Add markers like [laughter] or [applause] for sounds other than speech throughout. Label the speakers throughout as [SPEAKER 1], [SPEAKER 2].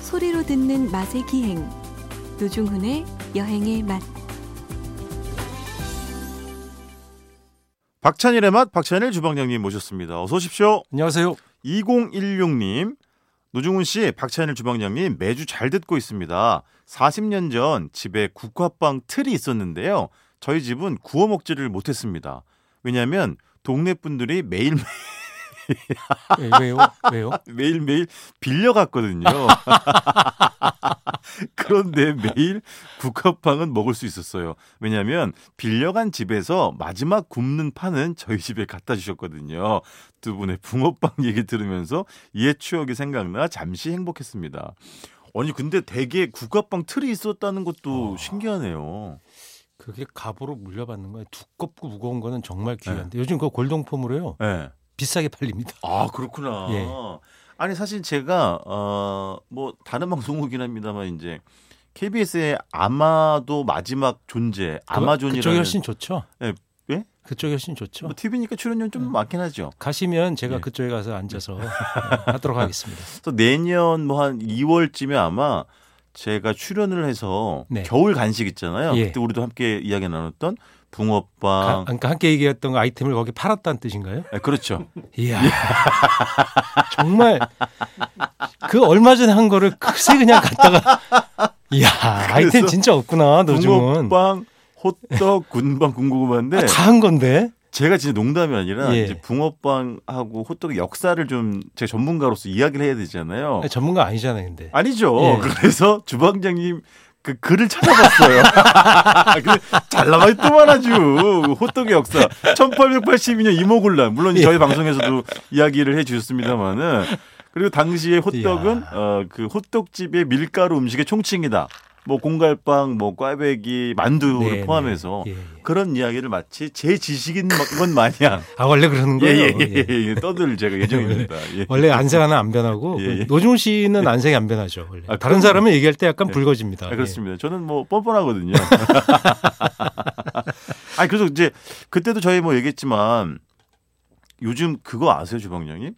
[SPEAKER 1] 소리로 듣는 맛의 기행 노중훈의 여행의 맛
[SPEAKER 2] 박찬일의 맛 박찬일 주방장님 모셨습니다. 어서 오십시오.
[SPEAKER 3] 안녕하세요.
[SPEAKER 2] 2016님 노중훈 씨, 박찬일 주방장님 매주 잘 듣고 있습니다. 40년 전 집에 국화빵 틀이 있었는데요. 저희 집은 구워 먹지를 못했습니다. 왜냐하면 동네 분들이 매일
[SPEAKER 3] 예, 왜요? 왜요?
[SPEAKER 2] 매일 매일 빌려갔거든요. [laughs] 그런데 매일 국화빵은 먹을 수 있었어요. 왜냐하면 빌려간 집에서 마지막 굽는 파는 저희 집에 갖다 주셨거든요. 두 분의 붕어빵 얘기 들으면서 옛 추억이 생각나 잠시 행복했습니다. 아니 근데 대게 국화빵 틀이 있었다는 것도
[SPEAKER 3] 어.
[SPEAKER 2] 신기하네요.
[SPEAKER 3] 그게 갑으로 물려받는 거예요. 두껍고 무거운 거는 정말
[SPEAKER 2] 네.
[SPEAKER 3] 귀한데 요즘 그거 골동품으로요
[SPEAKER 2] 예.
[SPEAKER 3] 비싸게 팔립니다.
[SPEAKER 2] 아 그렇구나.
[SPEAKER 3] 예.
[SPEAKER 2] 아니 사실 제가 어 뭐 다른 방송국이긴 합니다만 이제 KBS의 아마도 마지막 존재 아마존이라는
[SPEAKER 3] 그쪽이 훨씬 좋죠.
[SPEAKER 2] 예, 예?
[SPEAKER 3] 그쪽이 훨씬 좋죠.
[SPEAKER 2] 뭐 TV니까 출연료
[SPEAKER 3] 음.
[SPEAKER 2] 좀 많긴 하죠.
[SPEAKER 3] 가시면 제가
[SPEAKER 2] 예.
[SPEAKER 3] 그쪽에 가서 앉아서 예, 하도록 하겠습니다.
[SPEAKER 2] 그래서 내년 뭐 한 2월쯤에 아마 제가 출연을 해서
[SPEAKER 3] 네.
[SPEAKER 2] 겨울 간식 있잖아요.
[SPEAKER 3] 예.
[SPEAKER 2] 그때 우리도 함께 이야기 나눴던
[SPEAKER 3] 가-
[SPEAKER 2] 붕어빵.
[SPEAKER 3] 그러니까 함께 얘기했던 거 아이템을 거기 팔았다는 뜻인가요?
[SPEAKER 2] 예, 그렇죠.
[SPEAKER 3] 이야 [laughs] 정말 그 얼마 전에 한 거를 그새 그냥 갖다가 이야 아이템 진짜 없구나 노중은 아,
[SPEAKER 2] 붕어빵, 호떡, 군빵, 군고구마인데
[SPEAKER 3] 다 한 건데
[SPEAKER 2] 제가 진짜 농담이 아니라
[SPEAKER 3] 예.
[SPEAKER 2] 이제 붕어빵하고 호떡의 역사를 좀 제 전문가로서 이야기를 해야 되잖아요.
[SPEAKER 3] 아니, 전문가 아니잖아요 근데
[SPEAKER 2] 아니죠.
[SPEAKER 3] 예.
[SPEAKER 2] 그래서 주방장님 그 글을 찾아봤어요. [laughs] 근데 잘 나와 있더만 아주 호떡의 역사 1882년 이모군란 물론
[SPEAKER 3] 예.
[SPEAKER 2] 저희 방송에서도 이야기를 해주셨습니다마는 그리고 당시에 호떡은
[SPEAKER 3] 이야.
[SPEAKER 2] 어, 그 호떡집의 밀가루 음식의 총칭이다. 뭐 공갈빵, 뭐 꽈배기, 만두를
[SPEAKER 3] 네,
[SPEAKER 2] 포함해서
[SPEAKER 3] 네. 예, 예.
[SPEAKER 2] 그런 이야기를 마치 제 지식인 건 마냥
[SPEAKER 3] 아 원래 그러는 거예요.
[SPEAKER 2] 예예예
[SPEAKER 3] 예.
[SPEAKER 2] 떠들 제가 예정입니다. 예.
[SPEAKER 3] [laughs] 원래 안색 하나 안 변하고
[SPEAKER 2] 예, 예.
[SPEAKER 3] 노중 씨는 안색이 안 변하죠. 원래.
[SPEAKER 2] 아,
[SPEAKER 3] 다른
[SPEAKER 2] 그럼요.
[SPEAKER 3] 사람은 얘기할 때 약간
[SPEAKER 2] 예.
[SPEAKER 3] 붉어집니다.
[SPEAKER 2] 아, 그렇습니다. 저는 뭐 뻔뻔하거든요. [laughs] 아 그래서 이제 그때도 저희 뭐 얘기했지만 요즘 그거 아세요 주방장님?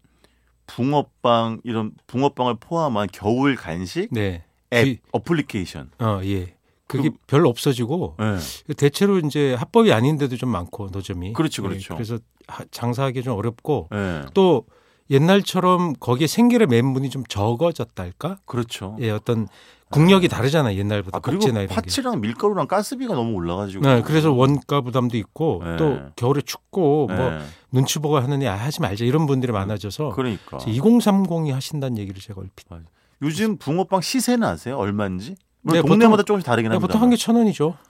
[SPEAKER 2] 붕어빵 이런 붕어빵을 포함한 겨울 간식
[SPEAKER 3] 예. 네.
[SPEAKER 2] 앱
[SPEAKER 3] 그-
[SPEAKER 2] 어플리케이션.
[SPEAKER 3] 어 예. 그게
[SPEAKER 2] 그-
[SPEAKER 3] 별로 없어지고
[SPEAKER 2] 예.
[SPEAKER 3] 대체로 이제 합법이 아닌데도 좀 많고 노점이.
[SPEAKER 2] 그렇죠, 그렇죠.
[SPEAKER 3] 예, 그래서 하- 장사하기 좀 어렵고
[SPEAKER 2] 예.
[SPEAKER 3] 또 옛날처럼 거기에 생계를 맨 분이 좀 적어졌달까?
[SPEAKER 2] 그렇죠.
[SPEAKER 3] 예, 어떤 국력이 다르잖아 요 옛날보다.
[SPEAKER 2] 아 그리고
[SPEAKER 3] 복지나 이런 게.
[SPEAKER 2] 파츠랑 밀가루랑 가스비가 너무 올라가지고.
[SPEAKER 3] 네, 그래서 원가 부담도 있고
[SPEAKER 2] 예.
[SPEAKER 3] 또 겨울에 춥고
[SPEAKER 2] 예.
[SPEAKER 3] 뭐 눈치 보고 하느냐 아, 하지 말자 이런 분들이 많아져서
[SPEAKER 2] 음, 그러니까
[SPEAKER 3] 뭐 2030이 하신다는 얘기를 제가 얼핏.
[SPEAKER 2] 요즘 붕어빵 시세는 아세요? 얼마인지? 물론
[SPEAKER 3] 네, 보통-
[SPEAKER 2] 동네마다 조금씩 다르긴
[SPEAKER 3] 네,
[SPEAKER 2] 합니다.
[SPEAKER 3] 보통 한 개 천 원이죠.
[SPEAKER 2] 아,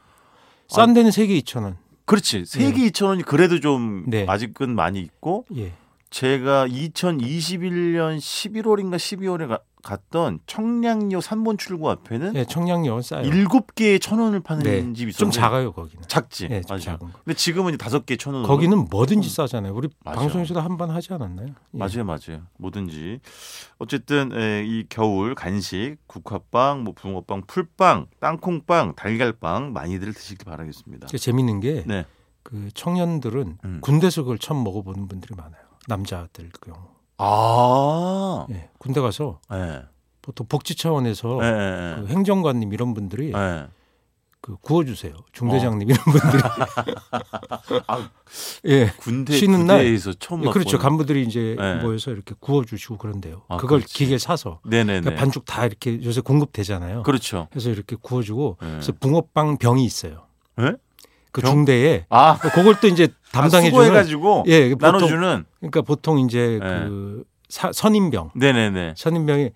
[SPEAKER 3] 싼 데는 세 개 이천 원.
[SPEAKER 2] 그렇지. 세개 2,000원이 그래도 좀
[SPEAKER 3] 네.
[SPEAKER 2] 아직은 많이 있고
[SPEAKER 3] 예.
[SPEAKER 2] 제가 2021년 11월인가 12월에 가- 갔던 청량리역 3번 출구 앞에는
[SPEAKER 3] 예, 청량리원 싸요.
[SPEAKER 2] 네? 일곱 개에 천 원을 파는
[SPEAKER 3] 네,
[SPEAKER 2] 집이 있었는데
[SPEAKER 3] 좀 작아요 거기는.
[SPEAKER 2] 작지.
[SPEAKER 3] 예, 좀
[SPEAKER 2] 맞아요.
[SPEAKER 3] 작은 거.
[SPEAKER 2] 근데 지금은 이제 다섯 개에 천 원.
[SPEAKER 3] 거기는 뭐든지 싸잖아요. 우리
[SPEAKER 2] 맞아요.
[SPEAKER 3] 방송에서도 한 번 하지 않았나요? 예.
[SPEAKER 2] 맞아요, 맞아요. 뭐든지 어쨌든 에, 이 겨울 간식, 국화빵, 뭐 붕어빵, 풀빵, 땅콩빵, 달걀빵 많이들 드시길 바라겠습니다.
[SPEAKER 3] 그게 그러니까 재밌는 게
[SPEAKER 2] 네.
[SPEAKER 3] 그 청년들은
[SPEAKER 2] 음.
[SPEAKER 3] 군대에서 그걸 처음 먹어보는 분들이 많아요. 남자들 그 경우.
[SPEAKER 2] 아,
[SPEAKER 3] 예. 군대 가서
[SPEAKER 2] 예, 예,
[SPEAKER 3] 보통 복지 차원에서
[SPEAKER 2] 예, 예.
[SPEAKER 3] 그 행정관님 이런 분들이
[SPEAKER 2] 예.
[SPEAKER 3] 그 구워주세요. 중대장님 이런 분들이.
[SPEAKER 2] 어. [laughs] 아,
[SPEAKER 3] 예.
[SPEAKER 2] 군대
[SPEAKER 3] 쉬는 날?
[SPEAKER 2] 부대에서 처음
[SPEAKER 3] 예, 그렇죠.
[SPEAKER 2] 맛보는-
[SPEAKER 3] 간부들이 이제
[SPEAKER 2] 네.
[SPEAKER 3] 모여서 이렇게 구워주시고 그런데요.
[SPEAKER 2] 아,
[SPEAKER 3] 그걸
[SPEAKER 2] 그렇지.
[SPEAKER 3] 기계 사서
[SPEAKER 2] 네네네.
[SPEAKER 3] 그러니까 반죽 다 이렇게 요새 공급되잖아요.
[SPEAKER 2] 그렇죠.
[SPEAKER 3] 그래서 이렇게 구워주고
[SPEAKER 2] 네.
[SPEAKER 3] 그래서 붕어빵 병이 있어요.
[SPEAKER 2] 예?
[SPEAKER 3] 그
[SPEAKER 2] 병?
[SPEAKER 3] 중대에 그러니까
[SPEAKER 2] 아,
[SPEAKER 3] 그걸 또 이제 담당해주는
[SPEAKER 2] 수거해가지고 뭐
[SPEAKER 3] 예 보통
[SPEAKER 2] 나눠주는.
[SPEAKER 3] 그러니까 보통 이제
[SPEAKER 2] 네.
[SPEAKER 3] 그 사- 선임병
[SPEAKER 2] 네네네.
[SPEAKER 3] 선임병이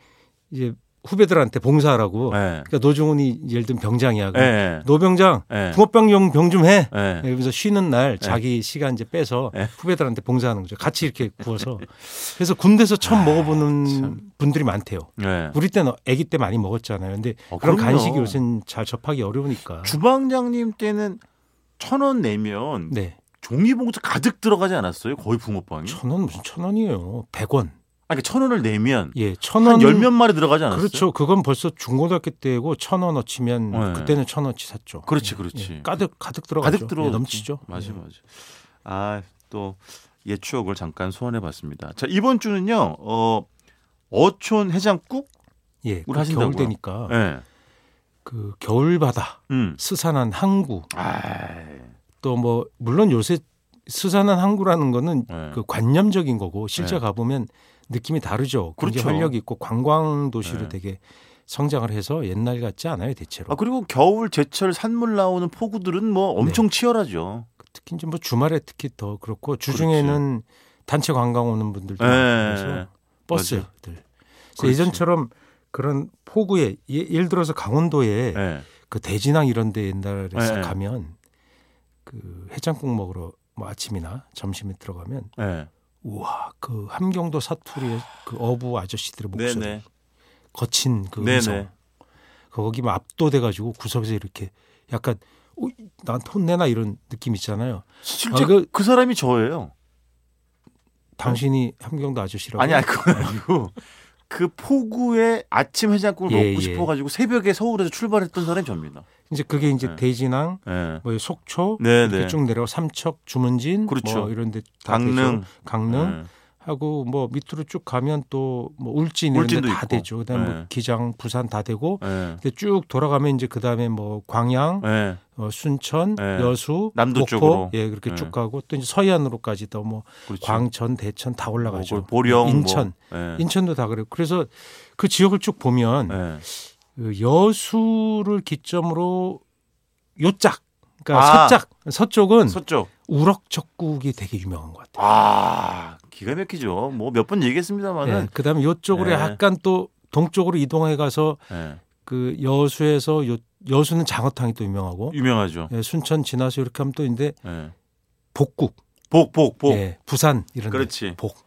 [SPEAKER 3] 이제 후배들한테 봉사하라고
[SPEAKER 2] 예.
[SPEAKER 3] 그러니까 노중훈이 예를 들면 병장이야
[SPEAKER 2] 예.
[SPEAKER 3] 그럼
[SPEAKER 2] 예.
[SPEAKER 3] 노병장
[SPEAKER 2] 예.
[SPEAKER 3] 붕어빵 용병좀해
[SPEAKER 2] 예.
[SPEAKER 3] 이러면서 쉬는 날 자기 시간 이제 빼서
[SPEAKER 2] 네.
[SPEAKER 3] 후배들한테 봉사하는 거죠. 같이 이렇게 구워서. 그래서 군대에서 처음 먹어보는
[SPEAKER 2] 아, 참.
[SPEAKER 3] 분들이 많대요.
[SPEAKER 2] 예.
[SPEAKER 3] 우리 때는 아기 때 많이 먹었잖아요. 근데
[SPEAKER 2] 어,
[SPEAKER 3] 그런
[SPEAKER 2] 그럼요.
[SPEAKER 3] 간식이 요새는 잘 접하기 어려우니까.
[SPEAKER 2] 주방장님 때는 천 원 내면
[SPEAKER 3] 네.
[SPEAKER 2] 종이봉투 가득 들어가지 않았어요? 거의 붕어빵이.
[SPEAKER 3] 천 원 무슨 천 원이에요. 백 원.
[SPEAKER 2] 아니, 그러니까 천 원을 내면
[SPEAKER 3] 예. 천 원.
[SPEAKER 2] 한 열 몇 마리 들어가지 않았어요?
[SPEAKER 3] 그렇죠. 그건 벌써 중고등학교 때고 천 원어치면
[SPEAKER 2] 네.
[SPEAKER 3] 그때는 천 원어치 샀죠.
[SPEAKER 2] 그렇지,
[SPEAKER 3] 예,
[SPEAKER 2] 그렇지.
[SPEAKER 3] 예. 가득 가득 들어가죠.
[SPEAKER 2] 가득 들어
[SPEAKER 3] 예, 넘치죠.
[SPEAKER 2] 맞아,
[SPEAKER 3] 예.
[SPEAKER 2] 맞아. 아, 또옛 추억을 잠깐 소환해봤습니다. 자, 이번 주는요. 어, 어촌 해장국
[SPEAKER 3] 예, 그
[SPEAKER 2] 뭘 하신다고요?
[SPEAKER 3] 겨울 되니까
[SPEAKER 2] 예.
[SPEAKER 3] 그 겨울 바다,
[SPEAKER 2] 음.
[SPEAKER 3] 스산한 항구
[SPEAKER 2] 아.
[SPEAKER 3] 또 뭐 물론 요새 스산한 항구라는 거는
[SPEAKER 2] 예.
[SPEAKER 3] 그 관념적인 거고 실제
[SPEAKER 2] 네.
[SPEAKER 3] 가보면 느낌이 다르죠. 굉장히
[SPEAKER 2] 그렇죠.
[SPEAKER 3] 활력 있고 관광 도시로
[SPEAKER 2] 네.
[SPEAKER 3] 되게 성장을 해서 옛날 같지 않아요 대체로.
[SPEAKER 2] 아 그리고 겨울 제철 산물 나오는 포구들은 뭐
[SPEAKER 3] 네.
[SPEAKER 2] 엄청 치열하죠.
[SPEAKER 3] 특히 이제 뭐 주말에 특히 더 그렇고 주중에는 단체 관광 오는 분들도
[SPEAKER 2] 예.
[SPEAKER 3] 많고 그래서 버스들. 그래서
[SPEAKER 2] 그렇지.
[SPEAKER 3] 예전처럼 그런 포구에 예- 예를 들어서 강원도에
[SPEAKER 2] 예.
[SPEAKER 3] 그 대진항 이런 데 옛날에 싹
[SPEAKER 2] 예.
[SPEAKER 3] 가면 그 해장국 먹으러 뭐 아침이나 점심에 들어가면
[SPEAKER 2] 예.
[SPEAKER 3] 우와 그 함경도 사투리의 그 어부 아저씨들의 목소리
[SPEAKER 2] 네네.
[SPEAKER 3] 거친 그
[SPEAKER 2] 네네.
[SPEAKER 3] 음성 거기 막 압도돼 가지고 구석에서 이렇게 약간 어, 나한테 혼내나 이런 느낌 있잖아요.
[SPEAKER 2] 실제
[SPEAKER 3] 아, 그-
[SPEAKER 2] 그 사람이 저예요.
[SPEAKER 3] 당신이 함경도 아저씨라고
[SPEAKER 2] 아니 아니 그건 아니고 그 포구에 아침 해장국을
[SPEAKER 3] 예,
[SPEAKER 2] 먹고
[SPEAKER 3] 예.
[SPEAKER 2] 싶어가지고 새벽에 서울에서 출발했던 사람이 접니다.
[SPEAKER 3] 이제 그게 이제
[SPEAKER 2] 네.
[SPEAKER 3] 대진항
[SPEAKER 2] 예.
[SPEAKER 3] 뭐 속초
[SPEAKER 2] 네네.
[SPEAKER 3] 이렇게 쭉 내려 삼척 주문진
[SPEAKER 2] 그렇죠.
[SPEAKER 3] 뭐 이런 데다
[SPEAKER 2] 강릉. 네.
[SPEAKER 3] 되죠. 강릉 하고 뭐 밑으로 쭉 가면 또 뭐 울진 이런
[SPEAKER 2] 울진도
[SPEAKER 3] 데 다
[SPEAKER 2] 있고.
[SPEAKER 3] 되죠. 그다음에 뭐
[SPEAKER 2] 네.
[SPEAKER 3] 기장 부산 다 되고
[SPEAKER 2] 예.
[SPEAKER 3] 근데 쭉 돌아가면 이제 그다음에 뭐 광양
[SPEAKER 2] 예.
[SPEAKER 3] 어, 순천,
[SPEAKER 2] 네.
[SPEAKER 3] 여수,
[SPEAKER 2] 남도
[SPEAKER 3] 목포,
[SPEAKER 2] 쪽으로.
[SPEAKER 3] 예 그렇게
[SPEAKER 2] 네.
[SPEAKER 3] 쭉 가고 또 이제 서해안으로까지도 뭐
[SPEAKER 2] 그렇죠.
[SPEAKER 3] 광천, 대천 다 올라가죠.
[SPEAKER 2] 뭐, 보령,
[SPEAKER 3] 인천,
[SPEAKER 2] 뭐. 예.
[SPEAKER 3] 인천도 다 그래요. 그래서 그 지역을 쭉 보면
[SPEAKER 2] 예.
[SPEAKER 3] 그 여수를 기점으로 요짝,
[SPEAKER 2] 아.
[SPEAKER 3] 그러니까 서짝, 서쪽은
[SPEAKER 2] 서쪽.
[SPEAKER 3] 우럭젓국이 되게 유명한 것 같아요.
[SPEAKER 2] 아 기가 막히죠. 뭐 몇 번 얘기했습니다만은.
[SPEAKER 3] 예, 그다음에 요쪽으로
[SPEAKER 2] 네.
[SPEAKER 3] 약간 또 동쪽으로 이동해 가서
[SPEAKER 2] 예.
[SPEAKER 3] 그 여수에서 요, 여수는 장어탕이 또 유명하고
[SPEAKER 2] 유명하죠.
[SPEAKER 3] 예, 순천 지나서 이렇게 하면 또 있는데
[SPEAKER 2] 예.
[SPEAKER 3] 복국,
[SPEAKER 2] 복, 복, 그렇죠. 복.
[SPEAKER 3] 예, 부산 이런 데
[SPEAKER 2] 그렇지. 그
[SPEAKER 3] 복.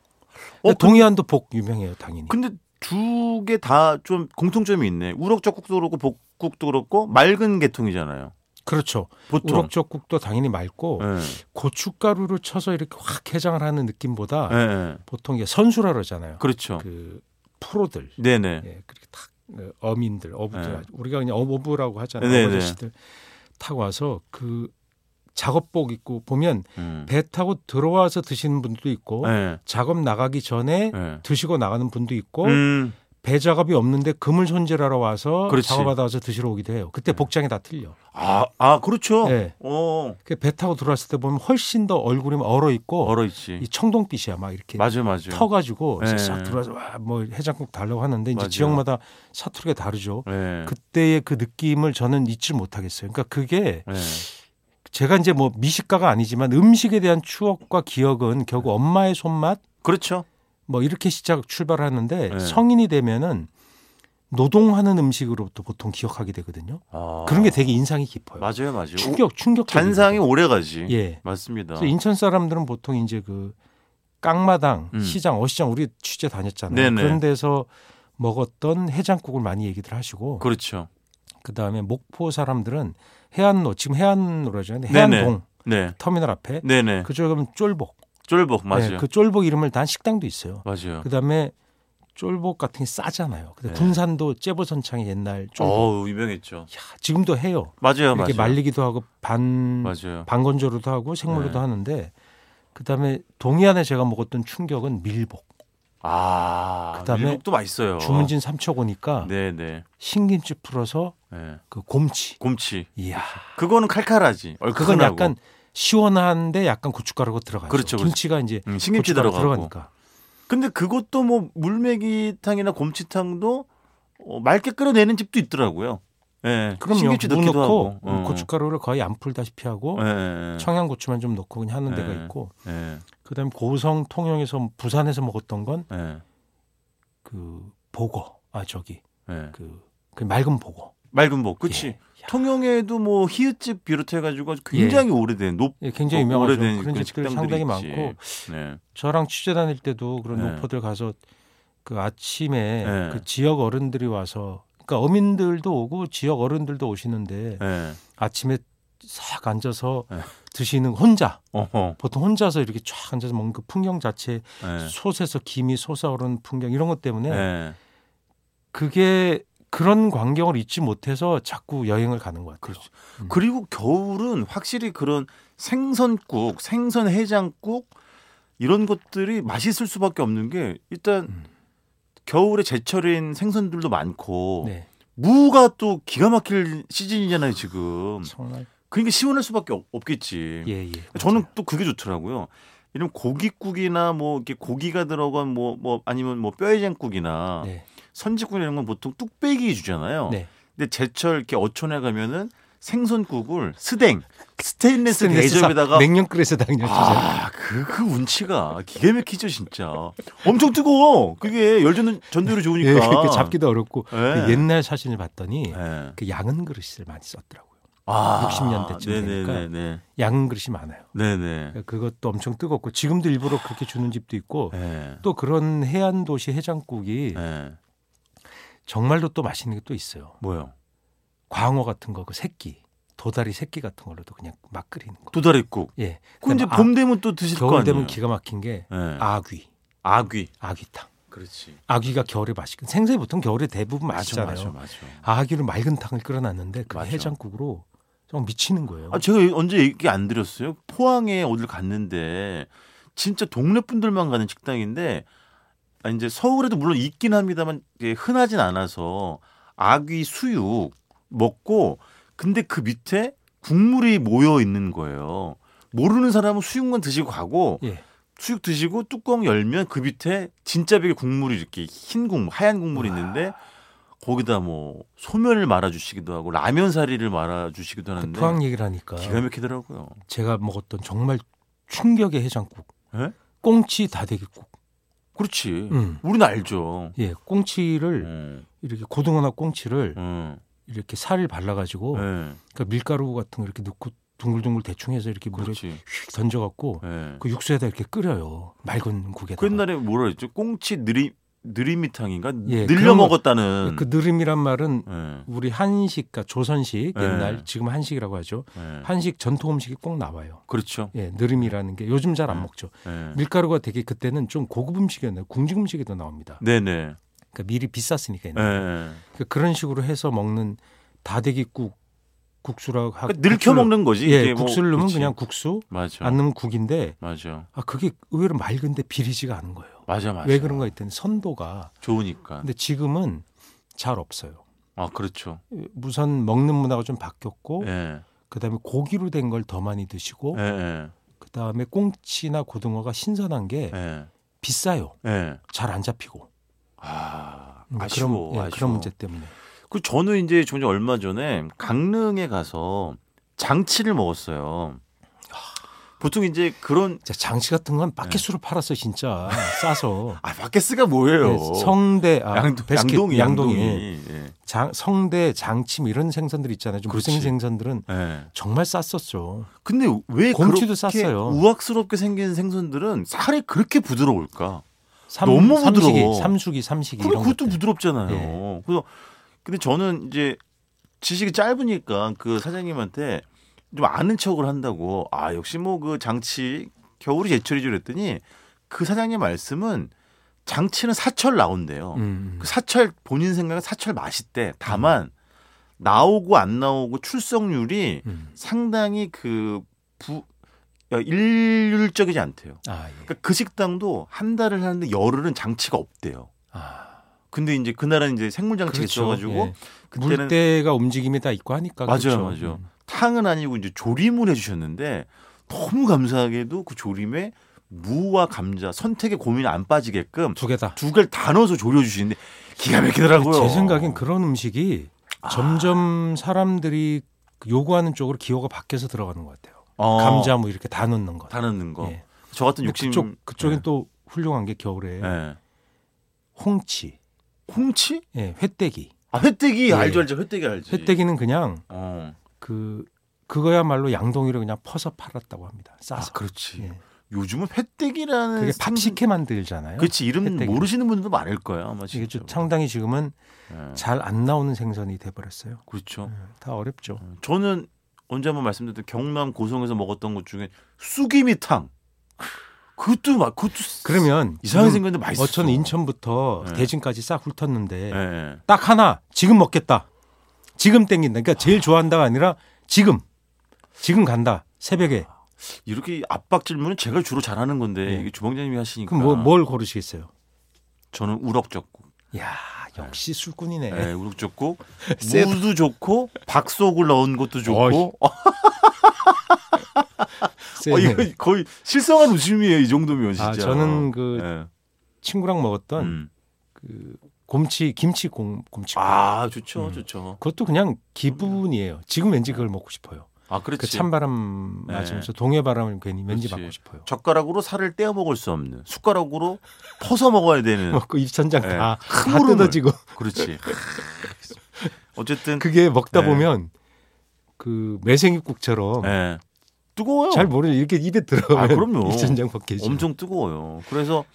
[SPEAKER 2] 어,
[SPEAKER 3] 동해안도 복 유명해요, 당연히.
[SPEAKER 2] 근데 두 개 다 좀 공통점이 있네. 우럭젓국도 그렇고 복국도 그렇고 맑은 계통이잖아요.
[SPEAKER 3] 그렇죠.
[SPEAKER 2] 보통.
[SPEAKER 3] 우럭젓국도 당연히 맑고
[SPEAKER 2] 예.
[SPEAKER 3] 고춧가루로 쳐서 이렇게 확 해장을 하는 느낌보다
[SPEAKER 2] 예, 예.
[SPEAKER 3] 보통 이게 선수라 그러잖아요.
[SPEAKER 2] 그렇죠.
[SPEAKER 3] 아. 그 프로들,
[SPEAKER 2] 네네.
[SPEAKER 3] 예, 그렇게 탁 어, 어민들, 어부들,
[SPEAKER 2] 네.
[SPEAKER 3] 우리가 그냥 어부라고 하잖아요.
[SPEAKER 2] 네, 네.
[SPEAKER 3] 아저씨들 타고 와서 그 작업복 입고 보면
[SPEAKER 2] 음.
[SPEAKER 3] 배 타고 들어와서 드시는 분도 있고
[SPEAKER 2] 예.
[SPEAKER 3] 작업 나가기 전에
[SPEAKER 2] 예.
[SPEAKER 3] 드시고 나가는 분도 있고
[SPEAKER 2] 음.
[SPEAKER 3] 배 작업이 없는데 금을 손질하러 와서
[SPEAKER 2] 그렇지.
[SPEAKER 3] 작업하다 와서 드시러 오기도 해요. 그때 복장이 다 틀려.
[SPEAKER 2] 아, 아 그렇죠.
[SPEAKER 3] 예.
[SPEAKER 2] 어.
[SPEAKER 3] 그배 타고 들어왔을 때 보면 훨씬 더 얼굴이 막 얼어 있고
[SPEAKER 2] 얼어 있지.
[SPEAKER 3] 이 예. 청동빛이야 막 이렇게
[SPEAKER 2] 음. 맞아요, 맞아요.
[SPEAKER 3] 터가지고
[SPEAKER 2] 예.
[SPEAKER 3] 싹 들어와서 와, 뭐 해장국 달라고 하는데 이제
[SPEAKER 2] 맞아요.
[SPEAKER 3] 지역마다 사투리가 다르죠.
[SPEAKER 2] 예.
[SPEAKER 3] 그때의 그 느낌을 저는 잊지 못하겠어요. 그러니까 그게
[SPEAKER 2] 예.
[SPEAKER 3] 제가 이제 뭐 미식가가 아니지만 음식에 대한 추억과 기억은
[SPEAKER 2] 네.
[SPEAKER 3] 결국 엄마의 손맛
[SPEAKER 2] 그렇죠.
[SPEAKER 3] 뭐 이렇게 시작 출발하는데
[SPEAKER 2] 예.
[SPEAKER 3] 성인이 되면은 노동하는 음식으로부터 보통 기억하게 되거든요.
[SPEAKER 2] 아.
[SPEAKER 3] 그런 게 되게 인상이 깊어요.
[SPEAKER 2] 맞아요, 맞아요.
[SPEAKER 3] 충격, 충격.
[SPEAKER 2] 잔상이 오래 가지.
[SPEAKER 3] 예.
[SPEAKER 2] 맞습니다.
[SPEAKER 3] 그래서 인천 사람들은 보통 이제 그 깡마당,
[SPEAKER 2] 음.
[SPEAKER 3] 시장, 어시장 우리 취재 다녔잖아요.
[SPEAKER 2] 네네.
[SPEAKER 3] 그런 데서 먹었던 해장국을 많이 얘기들 하시고
[SPEAKER 2] 그렇죠.
[SPEAKER 3] 그 다음에 목포 사람들은 해안로 지금 해안로라 하잖아요.
[SPEAKER 2] 네네.
[SPEAKER 3] 해안동
[SPEAKER 2] 네.
[SPEAKER 3] 터미널 앞에
[SPEAKER 2] 네네.
[SPEAKER 3] 그쪽에 가면 쫄복.
[SPEAKER 2] 쫄복 맞아요.
[SPEAKER 3] 네, 그 쫄복 이름을 단 식당도 있어요.
[SPEAKER 2] 맞아요.
[SPEAKER 3] 그 다음에 쫄복 같은 게 싸잖아요. 근데
[SPEAKER 2] 네.
[SPEAKER 3] 군산도 째보선창의 옛날 쫄복.
[SPEAKER 2] 어우, 유명했죠.
[SPEAKER 3] 야, 지금도 해요.
[SPEAKER 2] 맞아요,
[SPEAKER 3] 이렇게
[SPEAKER 2] 맞아요.
[SPEAKER 3] 말리기도 하고 반
[SPEAKER 2] 맞아요.
[SPEAKER 3] 방건조로도 하고 생물로도
[SPEAKER 2] 그렇죠. 네.
[SPEAKER 3] 하는데 그다음에 동해안에 제가 먹었던 충격은 밀복.
[SPEAKER 2] 아,
[SPEAKER 3] 그다음에
[SPEAKER 2] 밀국도 맛있어요.
[SPEAKER 3] 주문진 삼척 오니까
[SPEAKER 2] 그렇죠. 네네.
[SPEAKER 3] 신김치 풀어서
[SPEAKER 2] 예.
[SPEAKER 3] 그 곰치.
[SPEAKER 2] 곰치.
[SPEAKER 3] 이야.
[SPEAKER 2] 그거는 칼칼하지.
[SPEAKER 3] 그건
[SPEAKER 2] 아, 얼큰하고.
[SPEAKER 3] 약간 시원한데 약간 고춧가루가 들어가죠.
[SPEAKER 2] 그렇죠, 그렇죠.
[SPEAKER 3] 김치가 이제
[SPEAKER 2] 음, 신김치
[SPEAKER 3] 고춧가루
[SPEAKER 2] 들어가고.
[SPEAKER 3] 들어가니까.
[SPEAKER 2] 근데 그것도 뭐 물메기탕이나 곰치탕도 어, 맑게 끓여내는 집도 있더라고요. 예.
[SPEAKER 3] 그럼요. 뭐
[SPEAKER 2] 신김치
[SPEAKER 3] 무
[SPEAKER 2] 넣기도
[SPEAKER 3] 넣고
[SPEAKER 2] 하고. 어.
[SPEAKER 3] 고춧가루를 거의 안 풀다시피 하고
[SPEAKER 2] 예, 예, 예.
[SPEAKER 3] 청양고추만 좀 넣고 그냥 하는 데가
[SPEAKER 2] 네.
[SPEAKER 3] 있고
[SPEAKER 2] 예.
[SPEAKER 3] 그다음에 고성 통영에서 부산에서 먹었던
[SPEAKER 2] 예.
[SPEAKER 3] 건 그 보거. 아 저기
[SPEAKER 2] 예.
[SPEAKER 3] 그, 그 맑은 보거. 예.
[SPEAKER 2] 맑은 복. 그치. 통영에도 뭐 히읗집 비롯해가지고 아주 굉장히 오래된 높
[SPEAKER 3] 예, 굉장히
[SPEAKER 2] 어,
[SPEAKER 3] 유명하죠.
[SPEAKER 2] 오래된
[SPEAKER 3] 그런
[SPEAKER 2] 그
[SPEAKER 3] 집들
[SPEAKER 2] 식당들이
[SPEAKER 3] 상당히
[SPEAKER 2] 있지.
[SPEAKER 3] 많고
[SPEAKER 2] 네.
[SPEAKER 3] 저랑 취재 다닐 때도 그런
[SPEAKER 2] 네.
[SPEAKER 3] 노포들 가서 그 아침에
[SPEAKER 2] 네.
[SPEAKER 3] 그 지역 어른들이 와서 그러니까 어민들도 오고 지역 어른들도 오시는데
[SPEAKER 2] 네.
[SPEAKER 3] 아침에 싹 앉아서
[SPEAKER 2] 네.
[SPEAKER 3] 드시는 혼자
[SPEAKER 2] 어허.
[SPEAKER 3] 보통 혼자서 이렇게 쫙 앉아서 먹는 그 풍경 자체
[SPEAKER 2] 네.
[SPEAKER 3] 솥에서 김이 솟아오르는 풍경 이런 것 때문에
[SPEAKER 2] 네.
[SPEAKER 3] 그게 그런 광경을 잊지 못해서 자꾸 여행을 가는 것 같아요.
[SPEAKER 2] 그렇죠. 그리고 겨울은 확실히 그런 생선국, 생선
[SPEAKER 3] 음.
[SPEAKER 2] 해장국 이런 것들이 맛있을 수밖에 없는 게 일단 겨울에 제철인 생선들도 많고
[SPEAKER 3] 네.
[SPEAKER 2] 무가 또 기가 막힐 시즌이잖아요 지금.
[SPEAKER 3] 정말
[SPEAKER 2] 그러니까 시원할 수밖에 없- 없겠지.
[SPEAKER 3] 그렇죠. 예예.
[SPEAKER 2] 네. 저는 또 그게 좋더라고요. 이런 고깃국이나 뭐 이렇게 고기가 들어간 뭐 뭐 아니면 뭐 뼈해장국이나
[SPEAKER 3] 네.
[SPEAKER 2] 선지국 이런 건 보통 뚝배기 주잖아요.
[SPEAKER 3] 네.
[SPEAKER 2] 근데 제철 이렇게 어촌에 가면은 생선국을 스댕 스테인레스
[SPEAKER 3] 스테인리스
[SPEAKER 2] 대접에다가
[SPEAKER 3] 사- 냉면 끓여서 당뇨 주세요.
[SPEAKER 2] 그 아, 그, 그 운치가 기가 막히죠, 진짜. 엄청 뜨거워. 그게 열전 전도율이
[SPEAKER 3] 예,
[SPEAKER 2] 좋으니까.
[SPEAKER 3] 그러니까 잡기도 어렵고
[SPEAKER 2] 예.
[SPEAKER 3] 그 옛날 사진을 봤더니
[SPEAKER 2] 예.
[SPEAKER 3] 그 양은 그릇을 많이 썼더라고요.
[SPEAKER 2] 아,
[SPEAKER 3] 60년대쯤 되니까.
[SPEAKER 2] 네네네네.
[SPEAKER 3] 양은 그릇이 많아요.
[SPEAKER 2] 네네.
[SPEAKER 3] 그러니까 그것도 엄청 뜨겁고 지금도 일부러 그렇게 주는 집도 있고
[SPEAKER 2] 예.
[SPEAKER 3] 또 그런 해안 도시 해장국이
[SPEAKER 2] 예.
[SPEAKER 3] 정말로 또 맛있는 게 또 있어요.
[SPEAKER 2] 뭐요?
[SPEAKER 3] 광어 같은 거 그 새끼 도다리 새끼 같은 걸로도 그냥 막 끓이는 거.
[SPEAKER 2] 도다리국.
[SPEAKER 3] 예.
[SPEAKER 2] 그 이제
[SPEAKER 3] 그다음에
[SPEAKER 2] 봄 되면 또 드실
[SPEAKER 3] 아,
[SPEAKER 2] 거
[SPEAKER 3] 겨울
[SPEAKER 2] 아니에요?
[SPEAKER 3] 되면 기가 막힌 게
[SPEAKER 2] 예.
[SPEAKER 3] 아귀,
[SPEAKER 2] 아귀.
[SPEAKER 3] 아귀탕.
[SPEAKER 2] 그렇지.
[SPEAKER 3] 아귀가 겨울에 맛있고 생선이 보통 겨울에 대부분
[SPEAKER 2] 맞아, 맞아,
[SPEAKER 3] 맛있잖아요.
[SPEAKER 2] 맞아.
[SPEAKER 3] 아귀를 맑은 탕을 끓여놨는데 그
[SPEAKER 2] 맞아.
[SPEAKER 3] 해장국으로 정말 미치는 거예요.
[SPEAKER 2] 아, 제가 언제 얘기 안 드렸어요? 포항에 어딜 갔는데 진짜 동네 분들만 가는 식당인데 아, 이제 서울에도 물론 있긴 합니다만 이제 흔하진 않아서 아귀 수육 먹고 근데 그 밑에 국물이 모여 있는 거예요. 모르는 사람은 수육만 드시고 가고
[SPEAKER 3] 예.
[SPEAKER 2] 수육 드시고 뚜껑 열면 그 밑에 진짜 배게 국물이 이렇게 흰 국물, 하얀 국물이 있는데 거기다 뭐 소면을 말아 주시기도 하고 라면 사리를 말아 주시기도
[SPEAKER 3] 그
[SPEAKER 2] 하는데
[SPEAKER 3] 포항 얘기를 하니까
[SPEAKER 2] 기가 막히더라고요.
[SPEAKER 3] 제가 먹었던 정말 충격의 해장국.
[SPEAKER 2] 예?
[SPEAKER 3] 꽁치 다대기국.
[SPEAKER 2] 그렇지.
[SPEAKER 3] 음.
[SPEAKER 2] 우리는 알죠.
[SPEAKER 3] 예, 꽁치를
[SPEAKER 2] 음.
[SPEAKER 3] 이렇게 고등어나 꽁치를
[SPEAKER 2] 음.
[SPEAKER 3] 이렇게 살을 발라가지고
[SPEAKER 2] 예.
[SPEAKER 3] 그러니까 밀가루 같은 거 이렇게 넣고 둥글둥글 대충해서 이렇게 물에
[SPEAKER 2] 그렇지.
[SPEAKER 3] 휙 던져갖고
[SPEAKER 2] 예.
[SPEAKER 3] 그 육수에다 이렇게 끓여요 맑은 국에다.
[SPEAKER 2] 그 옛날에 뭐라 했죠? 꽁치 느리 느리미탕인가
[SPEAKER 3] 예,
[SPEAKER 2] 늘려
[SPEAKER 3] 그런 거-
[SPEAKER 2] 먹었다는.
[SPEAKER 3] 그 느름이란 말은
[SPEAKER 2] 예.
[SPEAKER 3] 우리 한식, 그러니까 조선식
[SPEAKER 2] 예.
[SPEAKER 3] 옛날 지금 한식이라고 하죠.
[SPEAKER 2] 예.
[SPEAKER 3] 한식 전통 음식이 꼭 나와요.
[SPEAKER 2] 그렇죠.
[SPEAKER 3] 예, 느름이라는 게 요즘 잘 안
[SPEAKER 2] 예.
[SPEAKER 3] 먹죠.
[SPEAKER 2] 예.
[SPEAKER 3] 밀가루가 되게 그때는 좀 고급 음식이었나요? 궁중 음식에도 나옵니다.
[SPEAKER 2] 네네.
[SPEAKER 3] 그러니까 밀이 비쌌으니까
[SPEAKER 2] 예.
[SPEAKER 3] 옛날에. 그러니까 그런 식으로 해서 먹는 다대기국 국수라고 하고
[SPEAKER 2] 그러니까 늘켜
[SPEAKER 3] 아, 국수를-
[SPEAKER 2] 먹는 거지.
[SPEAKER 3] 예,
[SPEAKER 2] 이게 뭐-
[SPEAKER 3] 국수를 넣으면
[SPEAKER 2] 그렇지.
[SPEAKER 3] 그냥 국수,
[SPEAKER 2] 맞아.
[SPEAKER 3] 안 넣으면 국인데
[SPEAKER 2] 맞아.
[SPEAKER 3] 아 그게 의외로 맑은데 비리지가 않은 거예요.
[SPEAKER 2] 맞아 맞아.
[SPEAKER 3] 왜 그런가 네. 했더니 선도가
[SPEAKER 2] 좋으니까.
[SPEAKER 3] 근데 지금은 잘 없어요.
[SPEAKER 2] 아 그렇죠.
[SPEAKER 3] 우선 먹는 문화가 좀 바뀌었고
[SPEAKER 2] 예.
[SPEAKER 3] 그다음에 고기로 된 걸 더 많이 드시고
[SPEAKER 2] 예. 예.
[SPEAKER 3] 그다음에 꽁치나 고등어가 신선한 게
[SPEAKER 2] 예.
[SPEAKER 3] 비싸요.
[SPEAKER 2] 예.
[SPEAKER 3] 잘 안 잡히고
[SPEAKER 2] 아
[SPEAKER 3] 음,
[SPEAKER 2] 아쉬워.
[SPEAKER 3] 그런, 예,
[SPEAKER 2] 아쉬워.
[SPEAKER 3] 그런 문제 때문에
[SPEAKER 2] 그 저는 이제 전에 얼마 전에 강릉에 가서 장치를 먹었어요. 보통 이제 그런
[SPEAKER 3] 진짜 장치 같은 건
[SPEAKER 2] 네.
[SPEAKER 3] 마켓으로 팔았어 진짜
[SPEAKER 2] [laughs]
[SPEAKER 3] 싸서
[SPEAKER 2] 아 바케스가 뭐예요?
[SPEAKER 3] 네, 성대 아,
[SPEAKER 2] 양동,
[SPEAKER 3] 베스킷,
[SPEAKER 2] 양동이 양동이.
[SPEAKER 3] 예.
[SPEAKER 2] 예.
[SPEAKER 3] 장- 성대 장침 이런 생선들 있잖아요 좀
[SPEAKER 2] 그렇지.
[SPEAKER 3] 무생 생선들은
[SPEAKER 2] 예.
[SPEAKER 3] 정말 쌌었죠
[SPEAKER 2] 근데 왜
[SPEAKER 3] 네.
[SPEAKER 2] 그렇게
[SPEAKER 3] 곰치도 쌌어요.
[SPEAKER 2] 우악스럽게 생긴 생선들은 살이 그렇게 부드러울까?
[SPEAKER 3] 삼,
[SPEAKER 2] 너무 부드러워.
[SPEAKER 3] 삼식이 삼숙이 삼식이
[SPEAKER 2] 근데
[SPEAKER 3] 이런
[SPEAKER 2] 그것도
[SPEAKER 3] 것들. 예.
[SPEAKER 2] 부드럽잖아요. 그래서 근데 저는 이제 지식이 짧으니까 그 사장님한테 좀 아는 척을 한다고 아 역시 뭐 그 장치 겨울이 제철이죠 그랬더니 그 사장님 말씀은 장치는 사철 나온대요.
[SPEAKER 3] 음, 음.
[SPEAKER 2] 그 사철 본인 생각은 사철 맛있대. 다만 나오고 안 나오고 출석률이
[SPEAKER 3] 음.
[SPEAKER 2] 상당히 그 부, 일률적이지 않대요.
[SPEAKER 3] 아, 예.
[SPEAKER 2] 그러니까 그 식당도 한 달을 하는데 열흘은 장치가 없대요.
[SPEAKER 3] 아,
[SPEAKER 2] 근데 이제 그날은 이제 생물 장치가
[SPEAKER 3] 그렇죠.
[SPEAKER 2] 있어가지고
[SPEAKER 3] 예.
[SPEAKER 2] 그때는
[SPEAKER 3] 물때가 움직임이 다 있고 하니까
[SPEAKER 2] 맞아요,
[SPEAKER 3] 그렇죠.
[SPEAKER 2] 맞아요.
[SPEAKER 3] 음.
[SPEAKER 2] 탕은 아니고 이제 조림을 해주셨는데 너무 감사하게도 그 조림에 무와 감자 선택의 고민 안 빠지게끔
[SPEAKER 3] 두 개다.
[SPEAKER 2] 두 개를 다 넣어서 조려 주시는데 기가 막히더라고요. 아.
[SPEAKER 3] 제 생각엔 그런 음식이 점점 사람들이 요구하는 쪽으로 기호가 바뀌어서 들어가는 것 같아요.
[SPEAKER 2] 어,
[SPEAKER 3] 감자 뭐 이렇게 다 넣는 것.
[SPEAKER 2] 다 넣는 거.
[SPEAKER 3] 예.
[SPEAKER 2] 저 같은
[SPEAKER 3] 근데
[SPEAKER 2] 욕심
[SPEAKER 3] 그쪽 그쪽엔
[SPEAKER 2] 예.
[SPEAKER 3] 또 훌륭한 게 겨울에
[SPEAKER 2] 예.
[SPEAKER 3] 홍치,
[SPEAKER 2] 홍치?
[SPEAKER 3] 예, 회떼기.
[SPEAKER 2] 아 회떼기
[SPEAKER 3] 예.
[SPEAKER 2] 알죠 알죠 회떼기 알지.
[SPEAKER 3] 회떼기는 그냥
[SPEAKER 2] 어.
[SPEAKER 3] 그 그거야말로 양동이로 그냥 퍼서 팔았다고 합니다.
[SPEAKER 2] 아
[SPEAKER 3] 싸서.
[SPEAKER 2] 그렇지.
[SPEAKER 3] 예.
[SPEAKER 2] 요즘은 회떼기라는
[SPEAKER 3] 그게
[SPEAKER 2] 생선-
[SPEAKER 3] 밥식혜 만들잖아요.
[SPEAKER 2] 그렇지 이름
[SPEAKER 3] 회떼기.
[SPEAKER 2] 모르시는 분들도 많을 거야 아마
[SPEAKER 3] 이게
[SPEAKER 2] 진짜.
[SPEAKER 3] 좀 상당히 지금은
[SPEAKER 2] 예.
[SPEAKER 3] 잘 안 나오는 생선이 돼 버렸어요. 예,
[SPEAKER 2] 그렇죠.
[SPEAKER 3] 다 어렵죠.
[SPEAKER 2] 저는 언제 한번 말씀드렸던 경남 고성에서 먹었던 것 중에 쑥이미탕. 그것도 막 그것도
[SPEAKER 3] 그러면
[SPEAKER 2] 이상한
[SPEAKER 3] 지금
[SPEAKER 2] 생각인데 맛있어.
[SPEAKER 3] 어천 인천부터
[SPEAKER 2] 네.
[SPEAKER 3] 대진까지 싹 훑었는데
[SPEAKER 2] 예. 예.
[SPEAKER 3] 딱 하나 지금 먹겠다. 지금 땡긴다. 그러니까 제일 좋아한다가 아니라 지금 지금 간다. 새벽에
[SPEAKER 2] 이렇게 압박 질문은 제가 주로 잘하는 건데
[SPEAKER 3] 네.
[SPEAKER 2] 뭐,
[SPEAKER 3] 뭐-
[SPEAKER 2] 이게 주방장님이 하시니까.
[SPEAKER 3] 그럼 뭐, 뭘 고르시겠어요?
[SPEAKER 2] 저는 우럭젓국.
[SPEAKER 3] 그러니까. 야 역시 술꾼이네.
[SPEAKER 2] 예, 우룩
[SPEAKER 3] [laughs]
[SPEAKER 2] 좋고
[SPEAKER 3] 세다.
[SPEAKER 2] 무도 좋고 박속을 넣은 것도 좋고 어,
[SPEAKER 3] 세네.
[SPEAKER 2] 이거 거의 실성한 웃음이에요 이 정도면 진짜.
[SPEAKER 3] 아 저는 그
[SPEAKER 2] 예.
[SPEAKER 3] 친구랑 먹었던
[SPEAKER 2] 음.
[SPEAKER 3] 그 곰치 김치 곰 곰치.
[SPEAKER 2] 아 좋죠
[SPEAKER 3] 음.
[SPEAKER 2] 좋죠.
[SPEAKER 3] 그것도 그냥 기분이에요. 지금 왠지 그걸 먹고 싶어요.
[SPEAKER 2] 아
[SPEAKER 3] 그
[SPEAKER 2] 그렇지.
[SPEAKER 3] 찬바람
[SPEAKER 2] 네.
[SPEAKER 3] 맞으면서 동해바람을 괜히 왠지
[SPEAKER 2] 그렇지.
[SPEAKER 3] 맞고 싶어요.
[SPEAKER 2] 젓가락으로 살을 떼어 먹을 수 없는 숟가락으로 퍼서 먹어야
[SPEAKER 3] [laughs]
[SPEAKER 2] 되는
[SPEAKER 3] 먹고 뭐그 입천장
[SPEAKER 2] 네.
[SPEAKER 3] 다,
[SPEAKER 2] 큰
[SPEAKER 3] 다
[SPEAKER 2] 울음을.
[SPEAKER 3] 뜯어지고 [laughs]
[SPEAKER 2] 그렇지. 어쨌든
[SPEAKER 3] 그게 먹다
[SPEAKER 2] 네.
[SPEAKER 3] 보면 그 매생이국처럼
[SPEAKER 2] 예. 뜨거워요.
[SPEAKER 3] 잘 모르는 이렇게 입에 들어가면
[SPEAKER 2] 아, 그럼요.
[SPEAKER 3] 입천장 벗겨지죠.
[SPEAKER 2] 엄청 뜨거워요. 그래서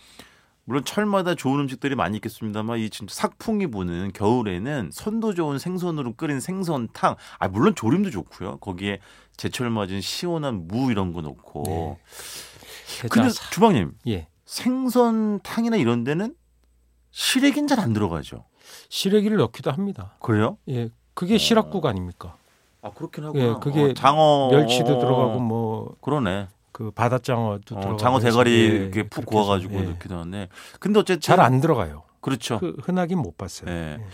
[SPEAKER 2] 물론 철마다 좋은 음식들이 많이 있겠습니다만 이 지금 삭풍이 부는 겨울에는 선도 좋은 생선으로 끓인 생선탕, 아 물론 조림도 좋고요. 거기에 제철 맞은 시원한 무 이런 거 넣고.
[SPEAKER 3] 네.
[SPEAKER 2] 근데
[SPEAKER 3] 그래서
[SPEAKER 2] 주방님
[SPEAKER 3] 예
[SPEAKER 2] 생선탕이나 이런 데는 시래기는 잘 안 들어가죠.
[SPEAKER 3] 시래기를 넣기도 합니다.
[SPEAKER 2] 그래요?
[SPEAKER 3] 예
[SPEAKER 2] 어.
[SPEAKER 3] 그게 시락국 아닙니까?
[SPEAKER 2] 아 그렇긴
[SPEAKER 3] 하구나. 예, 그게
[SPEAKER 2] 어, 장어
[SPEAKER 3] 멸치도 들어가고 뭐 그
[SPEAKER 2] 그러네.
[SPEAKER 3] 바닷장어도
[SPEAKER 2] 어,
[SPEAKER 3] 들어가고
[SPEAKER 2] 장어
[SPEAKER 3] 해서,
[SPEAKER 2] 대가리
[SPEAKER 3] 예,
[SPEAKER 2] 이렇게 푹 구워가지고
[SPEAKER 3] 해서, 예.
[SPEAKER 2] 넣기도 하네. 근데 어쨌든
[SPEAKER 3] 잘안 들어가요.
[SPEAKER 2] 그렇죠.
[SPEAKER 3] 그 흔하긴 못 봤어요.
[SPEAKER 2] 예.
[SPEAKER 3] 예.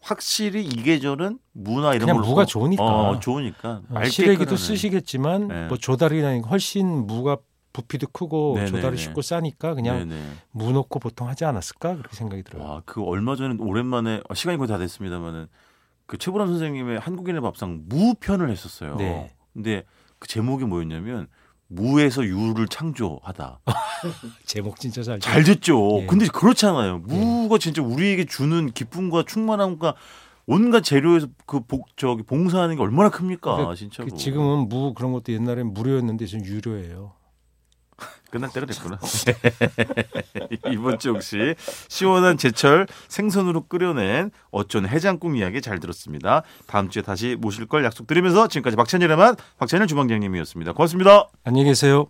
[SPEAKER 2] 확실히 이 계절은 무나 이런
[SPEAKER 3] 그냥
[SPEAKER 2] 걸로
[SPEAKER 3] 무가
[SPEAKER 2] 고-
[SPEAKER 3] 좋으니까.
[SPEAKER 2] 어, 좋으니까
[SPEAKER 3] 어,
[SPEAKER 2] 맑게
[SPEAKER 3] 시래기도
[SPEAKER 2] 끓여내.
[SPEAKER 3] 쓰시겠지만
[SPEAKER 2] 네.
[SPEAKER 3] 뭐 조다리나 훨씬 무가 부피도 크고
[SPEAKER 2] 네네네.
[SPEAKER 3] 조다리 쉽고 싸니까 그냥
[SPEAKER 2] 네네.
[SPEAKER 3] 무 넣고 보통 하지 않았을까 그렇게 생각이 들어요.
[SPEAKER 2] 와그 얼마 전에 오랜만에 아, 시간이 거의 다 됐습니다만은 그 최보람 선생님의 한국인의 밥상 무 편을 했었어요.
[SPEAKER 3] 네.
[SPEAKER 2] 근데 그 제목이 뭐였냐면 무에서 유를 창조하다.
[SPEAKER 3] 제목 진짜 잘.
[SPEAKER 2] 잘 됐죠.
[SPEAKER 3] 예.
[SPEAKER 2] 근데 그렇잖아요. 무가 진짜 우리에게 주는 기쁨과 충만함과 온갖 재료에서 그 복, 저기 봉사하는 게 얼마나 큽니까,
[SPEAKER 3] 근데
[SPEAKER 2] 진짜로.
[SPEAKER 3] 그 지금은 무 그런 것도 옛날엔 무료였는데 지금 유료예요.
[SPEAKER 2] 끝날 때가 됐구나. [laughs] 이번 주 혹시 시원한 제철 생선으로 끓여낸 어쩐 해장국 이야기 잘 들었습니다. 다음 주에 다시 모실 걸 약속드리면서 지금까지 박찬일의 맛 박찬일 주방장님이었습니다. 고맙습니다.
[SPEAKER 3] 안녕히 계세요.